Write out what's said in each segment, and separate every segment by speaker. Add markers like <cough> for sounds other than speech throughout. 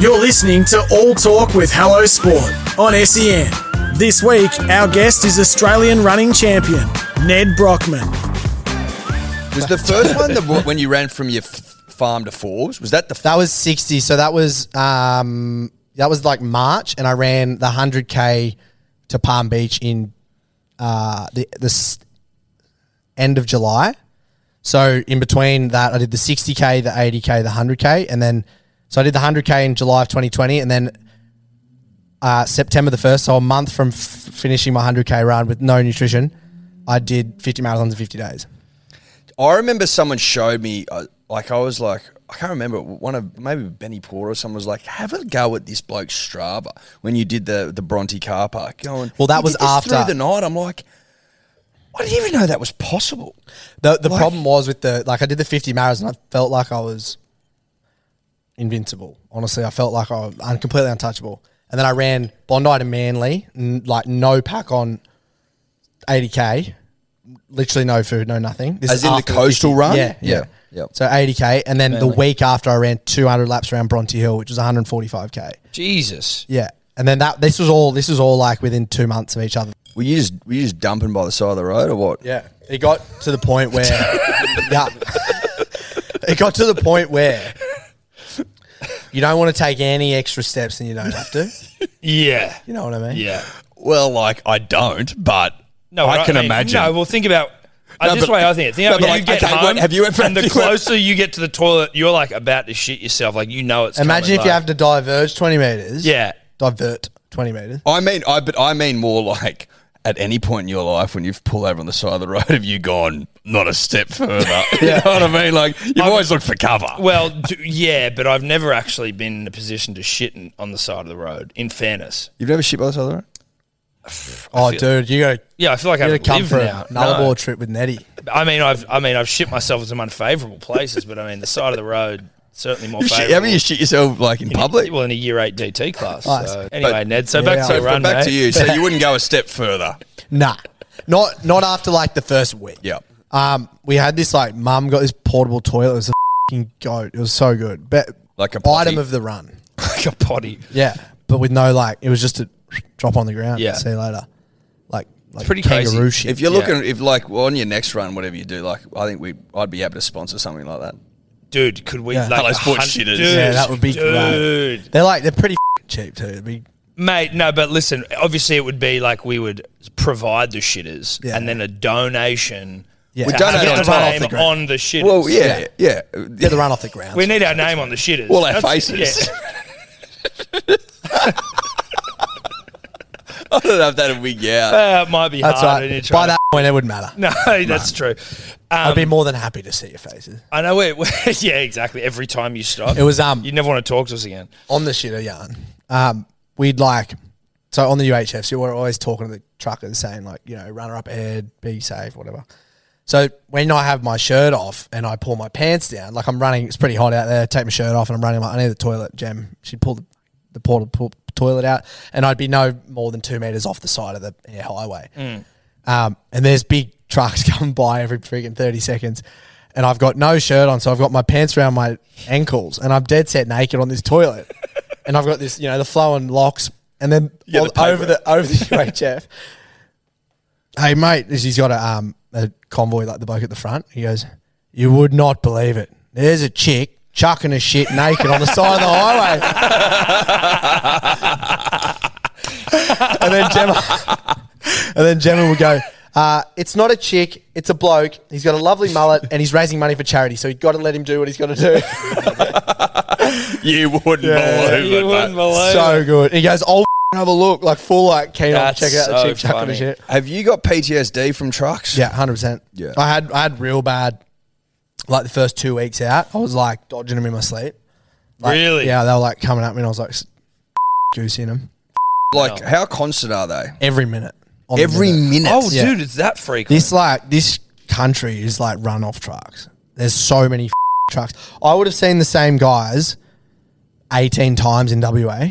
Speaker 1: You're listening to All Talk with Hello Sport on SEN. This week, our guest is Australian running champion, Ned Brockman.
Speaker 2: Was the first one the, when you ran from your f- farm to Forbes? Was that the f-
Speaker 3: That was 60. So that was um, that was like March, and I ran the 100k to Palm Beach in uh, the the s- end of July. So in between that, I did the 60k, the 80k, the 100k, and then so I did the 100k in July of 2020, and then uh, September the first, so a month from f- finishing my 100k run with no nutrition, I did 50 marathons in 50 days.
Speaker 2: I remember someone showed me, uh, like I was like, I can't remember. One of maybe Benny Porter or someone was like, "Have a go at this bloke Strava when you did the the Bronte car park." Going
Speaker 3: Well, that
Speaker 2: "He
Speaker 3: was
Speaker 2: did this
Speaker 3: after-
Speaker 2: through the night. I'm like, I didn't even know that was possible.
Speaker 3: The the
Speaker 2: Like-
Speaker 3: problem was with the like I did the 50 marathons and I felt like I was invincible. Honestly, I felt like I was un- completely untouchable. And then I ran Bondi to Manly, n- like no pack on 80k, literally no food, no nothing. This
Speaker 2: As
Speaker 3: is
Speaker 2: in the
Speaker 3: after
Speaker 2: coastal
Speaker 3: 50.
Speaker 2: run?
Speaker 3: Yeah, yeah,
Speaker 2: Yeah, yeah.
Speaker 3: So 80k, and then the week after I ran 200 laps around Bronte Hill, which was 145k.
Speaker 4: Jesus.
Speaker 3: Yeah, and then that this was all this was all like within two months of each other.
Speaker 2: Were you just were you just dumping by the side of the road or what?
Speaker 3: Yeah. It got to the point
Speaker 4: <laughs>
Speaker 3: where yeah. It got to the point where you don't want to take any extra steps and you don't have to.
Speaker 4: Yeah.
Speaker 3: You know what I mean?
Speaker 4: Yeah.
Speaker 2: Well, like I don't, but
Speaker 4: No,
Speaker 2: I
Speaker 4: right,
Speaker 2: can
Speaker 4: mean,
Speaker 2: imagine.
Speaker 4: No, well, think about.
Speaker 2: No,
Speaker 4: I this
Speaker 2: but-
Speaker 4: way I think. Think
Speaker 2: no,
Speaker 4: about
Speaker 2: but
Speaker 4: you
Speaker 2: like,
Speaker 4: get
Speaker 2: okay,
Speaker 4: home,
Speaker 2: what have you ever-
Speaker 4: and the closer you get to the toilet, you're like about to shit yourself. Like you know it's.
Speaker 3: Imagine
Speaker 4: coming,
Speaker 3: if you
Speaker 4: like-
Speaker 3: have to diverge 20 meters.
Speaker 4: Yeah.
Speaker 3: Divert 20 meters.
Speaker 2: I mean, I but I mean more like at any point in your life when you've pulled over on the side of the road, have you gone not a step further? <laughs> You know what I mean? Like you've always looked for cover.
Speaker 4: Well, d yeah, but I've never actually been in a position to shit in- on the side of the road. In fairness,
Speaker 2: You've never shit by the side of the road?
Speaker 3: Oh,
Speaker 4: feel-
Speaker 3: dude, you got
Speaker 4: yeah, I feel like
Speaker 3: you gotta
Speaker 4: I've
Speaker 3: come
Speaker 4: lived
Speaker 3: for
Speaker 4: now.
Speaker 3: a Nullarbor
Speaker 4: No.
Speaker 3: trip with Nettie.
Speaker 4: I mean, I've I mean, I've shit myself in some unfavourable places, but I mean, the side of the road certainly more
Speaker 2: You shit, haven't
Speaker 4: favourable.
Speaker 2: you shit yourself like in public?
Speaker 4: Well, in a year eight DT class.
Speaker 3: Nice.
Speaker 4: So. Anyway, Ned. So
Speaker 3: Yeah.
Speaker 4: back to
Speaker 3: So
Speaker 4: your
Speaker 3: but
Speaker 4: run,
Speaker 2: Back
Speaker 4: mate.
Speaker 2: to you. So you wouldn't go a step further.
Speaker 3: Nah. Not not after like the first week.
Speaker 2: Yeah.
Speaker 3: Um, we had this like mum got this portable toilet. It was a fucking goat. It was so good. But
Speaker 2: Like a potty.
Speaker 3: item of the run.
Speaker 4: <laughs> Like a potty.
Speaker 3: Yeah, but with no like, it was just a drop on the ground.
Speaker 4: Yeah.
Speaker 3: see you later. Like, like
Speaker 4: pretty crazy.
Speaker 3: kangaroo shit.
Speaker 2: If you're
Speaker 4: Yeah.
Speaker 2: looking, if like well, on your next run, whatever you do, like I think we, I'd be happy to sponsor something like that.
Speaker 4: dude. Could we?
Speaker 3: Yeah.
Speaker 4: Like,
Speaker 2: Hello,
Speaker 4: a
Speaker 2: sport
Speaker 4: hun-
Speaker 2: shitters.
Speaker 4: Dude,
Speaker 3: yeah, that would be
Speaker 4: dude,
Speaker 3: great. They're like they're pretty <laughs> f***ing cheap too. It'd be
Speaker 4: mate. No, but listen. Obviously, it would be like we would provide the shitters,
Speaker 3: Yeah.
Speaker 4: and then a donation.
Speaker 3: Yeah.
Speaker 4: to
Speaker 3: We <laughs>
Speaker 2: donate
Speaker 4: have
Speaker 2: on
Speaker 4: the
Speaker 2: top.
Speaker 4: name
Speaker 3: Off the ground.
Speaker 4: on the shitters.
Speaker 2: Well, yeah, yeah.
Speaker 3: get the run off the ground.
Speaker 4: we need our name on the shitters.
Speaker 2: <laughs> All our
Speaker 4: That's-
Speaker 2: faces.
Speaker 4: yeah.
Speaker 2: <laughs> I don't know if that'd wig you <laughs> out.
Speaker 4: Uh, it might be
Speaker 3: That's
Speaker 4: hard. when
Speaker 3: right.
Speaker 4: you're
Speaker 3: By
Speaker 4: trying
Speaker 3: that point, it wouldn't matter.
Speaker 4: to- <laughs> no, that's true. Um,
Speaker 3: I'd be more than happy to see your faces
Speaker 4: I know. It, <laughs> yeah, exactly. Every time you stop,
Speaker 3: It was, um,
Speaker 4: You never want to talk to us again.
Speaker 3: on the shitter yarn. Um, we'd like so on the UHFs, you were always talking to the truckers saying like, you know, runner up ahead, be safe, whatever. So when I have my shirt off and I pull my pants down, like I'm running, it's pretty hot out there. Take my shirt off and I'm running. I'm like I need the toilet. Jem, she'd pull the, the portal pull, toilet out, and I'd be no more than two meters off the side of the air highway. Um, and there's big trucks <laughs> coming by every freaking thirty seconds, and I've got no shirt on, so I've got my pants around my ankles, and I'm dead set naked on
Speaker 2: <laughs>
Speaker 3: this toilet, and I've got this, you know, the flowing locks, and then
Speaker 2: Yeah, the
Speaker 3: on- over
Speaker 2: paper.
Speaker 3: the over the UHF <laughs> hey mate, he's got a um a convoy like the bloke at the front. He goes, you would not believe it. There's a chick chucking a shit naked on the side of the highway.
Speaker 2: <laughs>
Speaker 3: and then Gemma, and then Gemma would go. Uh, it's not a chick, it's a bloke. He's got a lovely mullet and he's raising money for charity, so you've got to let him do what he's got to
Speaker 4: <laughs>
Speaker 3: do.
Speaker 2: You wouldn't believe it. mate.
Speaker 3: so good. He goes, I'll have a look, like full, like, keen on,
Speaker 4: That's
Speaker 3: check out the
Speaker 4: so
Speaker 3: chick chucking a
Speaker 4: funny.
Speaker 3: shit.
Speaker 2: Have you got PTSD from trucks?
Speaker 3: Yeah, hundred percent.
Speaker 2: Yeah.
Speaker 3: I had I had real bad, like the first two weeks out, I was like dodging them in my sleep. Like,
Speaker 4: Really?
Speaker 3: Yeah, they were like coming at me, and I was like, goosing them
Speaker 2: Like, how constant are they?
Speaker 3: every minute. on the
Speaker 2: Every minute.
Speaker 4: Oh,
Speaker 3: Yeah.
Speaker 4: dude, it's that frequent.
Speaker 3: This like this country is like run off trucks. There's so many trucks. I would have seen the same guys eighteen times in WA,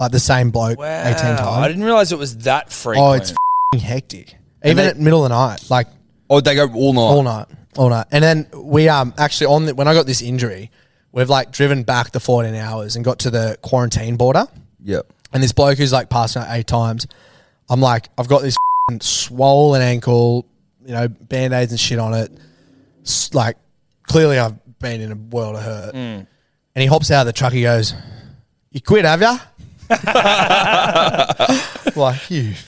Speaker 3: like the same bloke
Speaker 4: wow,
Speaker 3: eighteen
Speaker 4: Oh, I
Speaker 3: times.
Speaker 4: didn't realize it was that frequent.
Speaker 3: Oh, it's fing hectic. Even
Speaker 2: they-
Speaker 3: at middle of the night, like
Speaker 2: Oh, they go all night.
Speaker 3: all night, all night. And then we um actually on the, when I got this injury, We've like driven back the 14 hours and got to the quarantine border.
Speaker 2: Yep.
Speaker 3: And this bloke who's like passing out eight times, I'm like, I've got this fing swollen ankle, you know, band aids and shit on it. S- Like, clearly I've been in a world of hurt.
Speaker 4: Hmm.
Speaker 3: And he hops out of the truck. He goes, You quit, have
Speaker 4: <laughs>
Speaker 3: ya? <laughs> like, you f-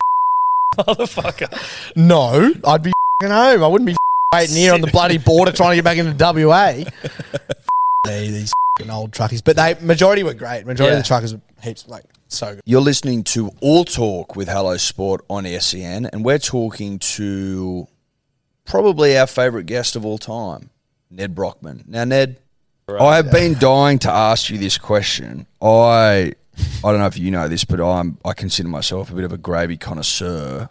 Speaker 4: Motherfucker.
Speaker 3: no, I'd be fing home. I wouldn't be fing waiting here on the bloody
Speaker 4: <laughs>
Speaker 3: border trying to get back into WA. F- me, These fing old truckies. But they, majority were great. Majority
Speaker 4: Yeah.
Speaker 3: of the truckers were heaps, like, so good.
Speaker 2: You're listening to All Talk with Hello Sport on SEN, and we're talking to probably our favourite guest of all time, Ned Brockman. Now, Ned, I have been dying to ask you this question. I I don't know if you know this, but I'm I consider myself a bit of a gravy connoisseur.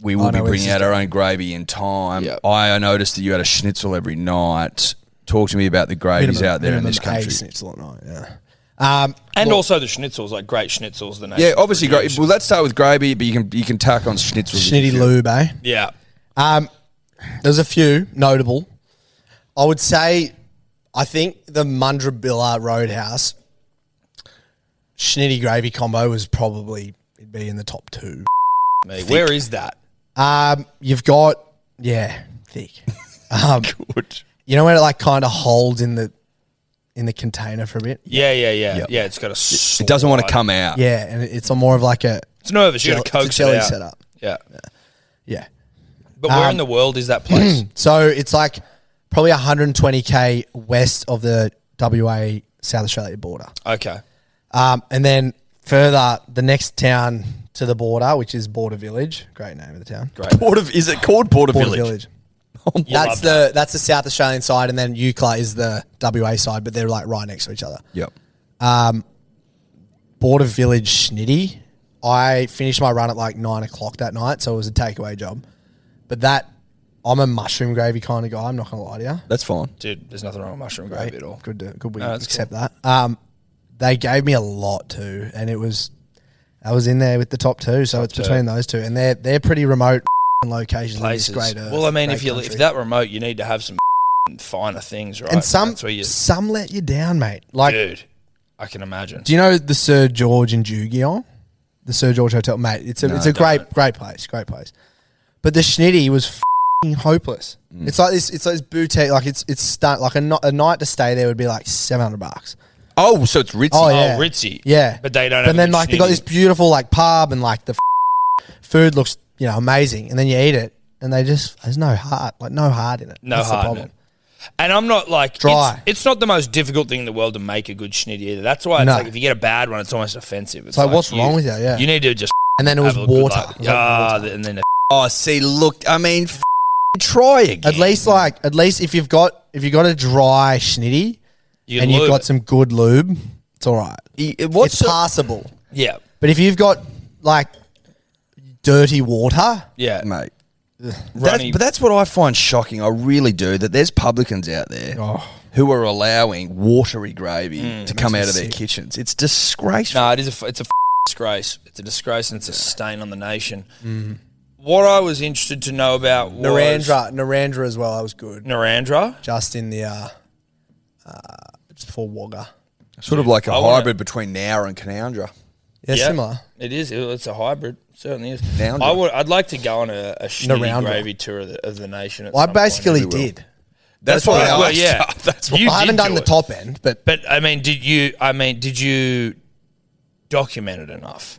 Speaker 2: We will
Speaker 3: I
Speaker 2: be
Speaker 3: know where
Speaker 2: bringing
Speaker 3: this
Speaker 2: out
Speaker 3: is
Speaker 2: our own gravy in time. I noticed that you had a schnitzel every night. Talk to me about the gravies out there in
Speaker 3: minimum
Speaker 2: this country.
Speaker 3: eight schnitzel at night, yeah. Um,
Speaker 4: And
Speaker 3: look,
Speaker 4: also the schnitzels, like great schnitzels. The
Speaker 2: Yeah,
Speaker 4: nation's
Speaker 2: obviously. Gra-
Speaker 4: produce.
Speaker 2: well, let's start with gravy, but you can you can tack on schnitzels. if
Speaker 3: Schnitty
Speaker 2: you-
Speaker 3: lube, eh?
Speaker 4: Yeah.
Speaker 3: Um, there's a few notable. I would say, I think the Mundrabilla Roadhouse Schnitty gravy combo was probably it'd be in the top two.
Speaker 4: Me. Where is that?
Speaker 3: Um, you've got yeah,
Speaker 2: <laughs>
Speaker 3: thick. Um, You know when it like kind of holds in the in the container for a bit.
Speaker 4: Yeah, yeah, yeah. Yeah, it's got a.
Speaker 2: It doesn't want to
Speaker 4: slide.
Speaker 2: come out.
Speaker 3: Yeah, and it- it's a more of like a
Speaker 4: It's nervous. You got
Speaker 3: it's
Speaker 4: to
Speaker 3: a
Speaker 4: coax
Speaker 3: jelly
Speaker 4: it out.
Speaker 3: setup.
Speaker 4: Yeah.
Speaker 3: yeah. Um,
Speaker 4: But where in the world is
Speaker 3: <clears throat>
Speaker 4: that place?
Speaker 3: So it's like probably 120k west of the WA South Australia border.
Speaker 4: okay.
Speaker 3: Um, and then further, the next town to the border, which is Border Village. Great name of the town. Great.
Speaker 2: Port of is it called Port of
Speaker 3: Border
Speaker 2: Village?
Speaker 3: Village.
Speaker 4: You
Speaker 3: That's
Speaker 4: love that.
Speaker 3: the that's the South Australian side, and then Eucla is the WA side, but they're like right next to each other.
Speaker 2: Yep.
Speaker 3: Border Village Schnitty. I finished my run at like nine o'clock that night, so it was a takeaway job. But that I'm a mushroom gravy kind of guy. I'm not gonna lie to you.
Speaker 2: That's fine.
Speaker 4: Dude, there's nothing wrong with mushroom
Speaker 3: Right.
Speaker 4: gravy at all.
Speaker 3: Good, to, good. We
Speaker 4: No, that's
Speaker 3: accept that. Um, they gave me a lot too, and it was I was in there with the top two, so it's
Speaker 4: two.
Speaker 3: between those two, and they're they're pretty remote <laughs> locations.
Speaker 4: Places.
Speaker 3: In this great earth,
Speaker 4: well, I mean,
Speaker 3: great
Speaker 4: if you
Speaker 3: country.
Speaker 4: if that remote, you need to have some <laughs> finer things, right?
Speaker 3: and some
Speaker 4: That's where you,
Speaker 3: some let you down, mate. Like,
Speaker 4: dude, I can imagine.
Speaker 3: do you know the Sir George in Jugion? The Sir George Hotel, mate. It's a it's a great great place, great place. But the Schnitty was fing hopeless.
Speaker 4: Mm.
Speaker 3: It's like this. It's like this boutique. Like it's it's stunt. Like a, no, a night to stay there would be like seven hundred bucks.
Speaker 2: Oh, so it's ritzy.
Speaker 3: Oh,
Speaker 4: oh,
Speaker 3: yeah.
Speaker 4: ritzy.
Speaker 3: Yeah.
Speaker 4: But they don't have
Speaker 3: And then
Speaker 4: the
Speaker 3: like they got
Speaker 4: schnitty.
Speaker 3: this beautiful like pub and like the f- food looks you know amazing, and then you eat it and they just there's no heart like no heart in it.
Speaker 4: No
Speaker 3: That's the
Speaker 4: hard.
Speaker 3: problem.
Speaker 4: And I'm not like it's-
Speaker 3: Dry.
Speaker 4: It's, not the most difficult thing in the world to make a good schnitty either. That's why it's
Speaker 3: No.
Speaker 4: like if you get a bad one, it's almost offensive. It's
Speaker 3: So what's wrong with you? Yeah.
Speaker 4: you need to just
Speaker 3: And then it
Speaker 4: have
Speaker 3: was
Speaker 4: a good
Speaker 3: water.
Speaker 4: laugh.
Speaker 3: It was like
Speaker 4: Ah,
Speaker 3: water.
Speaker 4: th- and then a
Speaker 2: Oh, see, look. I mean, f- try again.
Speaker 3: At least like at least if you've got if you've got a dry schnitty
Speaker 4: you
Speaker 3: and you've
Speaker 4: lube
Speaker 3: got
Speaker 4: it.
Speaker 3: some good lube, it's all right.
Speaker 2: E- What's
Speaker 3: it's
Speaker 2: the-
Speaker 3: passable.
Speaker 4: yeah,
Speaker 3: But if you've got like dirty water,
Speaker 4: yeah,
Speaker 2: mate?
Speaker 4: runny-
Speaker 2: That's, but that's what I find shocking. I really do. That there's publicans out there
Speaker 3: Oh.
Speaker 2: who are allowing watery gravy
Speaker 3: Mm,
Speaker 2: to come out of their kitchens. It's disgraceful.
Speaker 4: No, it is a f- it's a f- disgrace. It's a disgrace and it's a stain on the nation. What I was interested to know about was
Speaker 3: Mm-hmm. Narandra, Narandra as well. I was good.
Speaker 4: Narendra.
Speaker 3: Just in the uh, uh just before Wagga.
Speaker 2: Sort of like a
Speaker 4: I wanna-
Speaker 2: hybrid between Nour and Canoundra.
Speaker 3: Yeah,
Speaker 4: Yeah,
Speaker 3: similar.
Speaker 4: It is. It- it's a hybrid. Certainly is.
Speaker 2: Narendra.
Speaker 4: I would. I'd like to go on a, a
Speaker 3: Narendra.
Speaker 4: schnitty gravy tour of the, of the nation. At
Speaker 3: Well, I
Speaker 4: some point.
Speaker 3: basically
Speaker 2: we will.
Speaker 3: did.
Speaker 2: That's,
Speaker 4: Well,
Speaker 2: what I
Speaker 4: well,
Speaker 2: asked.
Speaker 3: <laughs>
Speaker 4: yeah.
Speaker 2: <laughs> That's what
Speaker 4: You
Speaker 3: I haven't
Speaker 4: did
Speaker 3: done
Speaker 4: do
Speaker 3: the
Speaker 4: it.
Speaker 3: top end, but
Speaker 4: But I mean, did you? I mean, did you document it enough?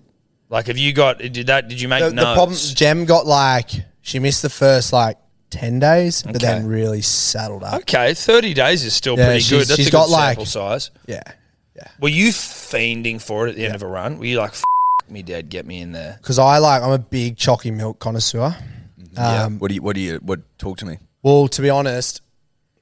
Speaker 4: Like, have you got? Did that? Did you make
Speaker 3: the,
Speaker 4: notes?
Speaker 3: the problem, Jem got like she missed the first like ten days, but then
Speaker 4: Okay.
Speaker 3: really saddled up.
Speaker 4: okay, thirty days is still
Speaker 3: Yeah,
Speaker 4: pretty
Speaker 3: she's-
Speaker 4: good. That's
Speaker 3: she's
Speaker 4: a good
Speaker 3: got, like-
Speaker 4: sample size.
Speaker 3: Yeah, yeah.
Speaker 4: Were you fiending for it at the end of a run? Were you like, F- me, Dad, get me in there?
Speaker 3: Because I like I'm a big chalky milk connoisseur.
Speaker 2: Yeah.
Speaker 3: Um,
Speaker 2: what do you? What do you? What? Talk to me.
Speaker 3: Well, to be honest,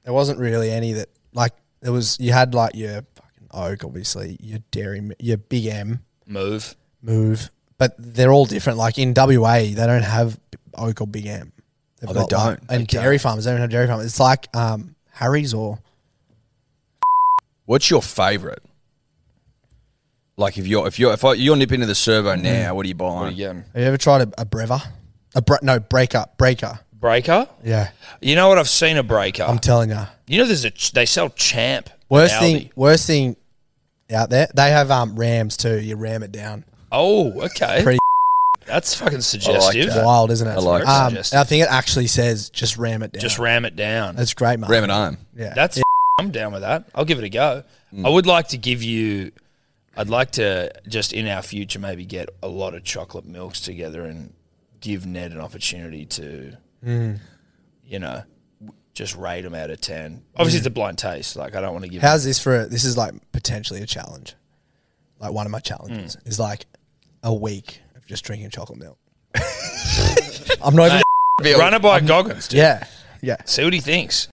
Speaker 3: there wasn't really any that like there was. You had like your fucking oak, obviously your dairy, Mi- your big M
Speaker 4: Move.
Speaker 3: move, but they're all different. Like in WA, they don't have oak or big M. They've
Speaker 2: Oh, they
Speaker 3: like-
Speaker 2: don't.
Speaker 3: and dairy farmers, they don't have dairy farmers. It's like um, Harry's or
Speaker 2: What's your favourite? Like if you're if you're if I, you're nipping to the servo now, Mm. what are you buying?
Speaker 4: Again.
Speaker 3: Have you ever tried a, a brever? A bre- no breaker, breaker,
Speaker 4: breaker.
Speaker 3: Yeah,
Speaker 4: You know what? I've seen a breaker.
Speaker 3: I'm telling you.
Speaker 4: you know, there's a ch- they sell champ.
Speaker 3: Worst
Speaker 4: at
Speaker 3: thing,
Speaker 4: Aldi.
Speaker 3: worst thing out there. They have um rams too. You ram it down.
Speaker 4: Oh, okay.
Speaker 3: Pretty
Speaker 4: That's fucking suggestive.
Speaker 2: that.
Speaker 3: Wild, isn't it?
Speaker 2: I like
Speaker 3: um,
Speaker 4: that.
Speaker 3: I think it actually says just ram it down.
Speaker 4: Just ram it down.
Speaker 3: That's great, mate.
Speaker 2: Ram it home.
Speaker 3: Yeah,
Speaker 4: That's I'm down with that. I'll give it a go. I would like to give you. I'd like to just in our future maybe get a lot of chocolate milks together and give Ned an opportunity to, you know, just rate him out of ten. Obviously, it's a blind taste. Like I don't want to give.
Speaker 3: How's this for? This is like potentially a challenge. Like one of my challenges is like a week of just drinking chocolate milk. I'm not even.
Speaker 4: Run it by Goggins. Dude.
Speaker 3: Yeah, yeah.
Speaker 4: See what he thinks.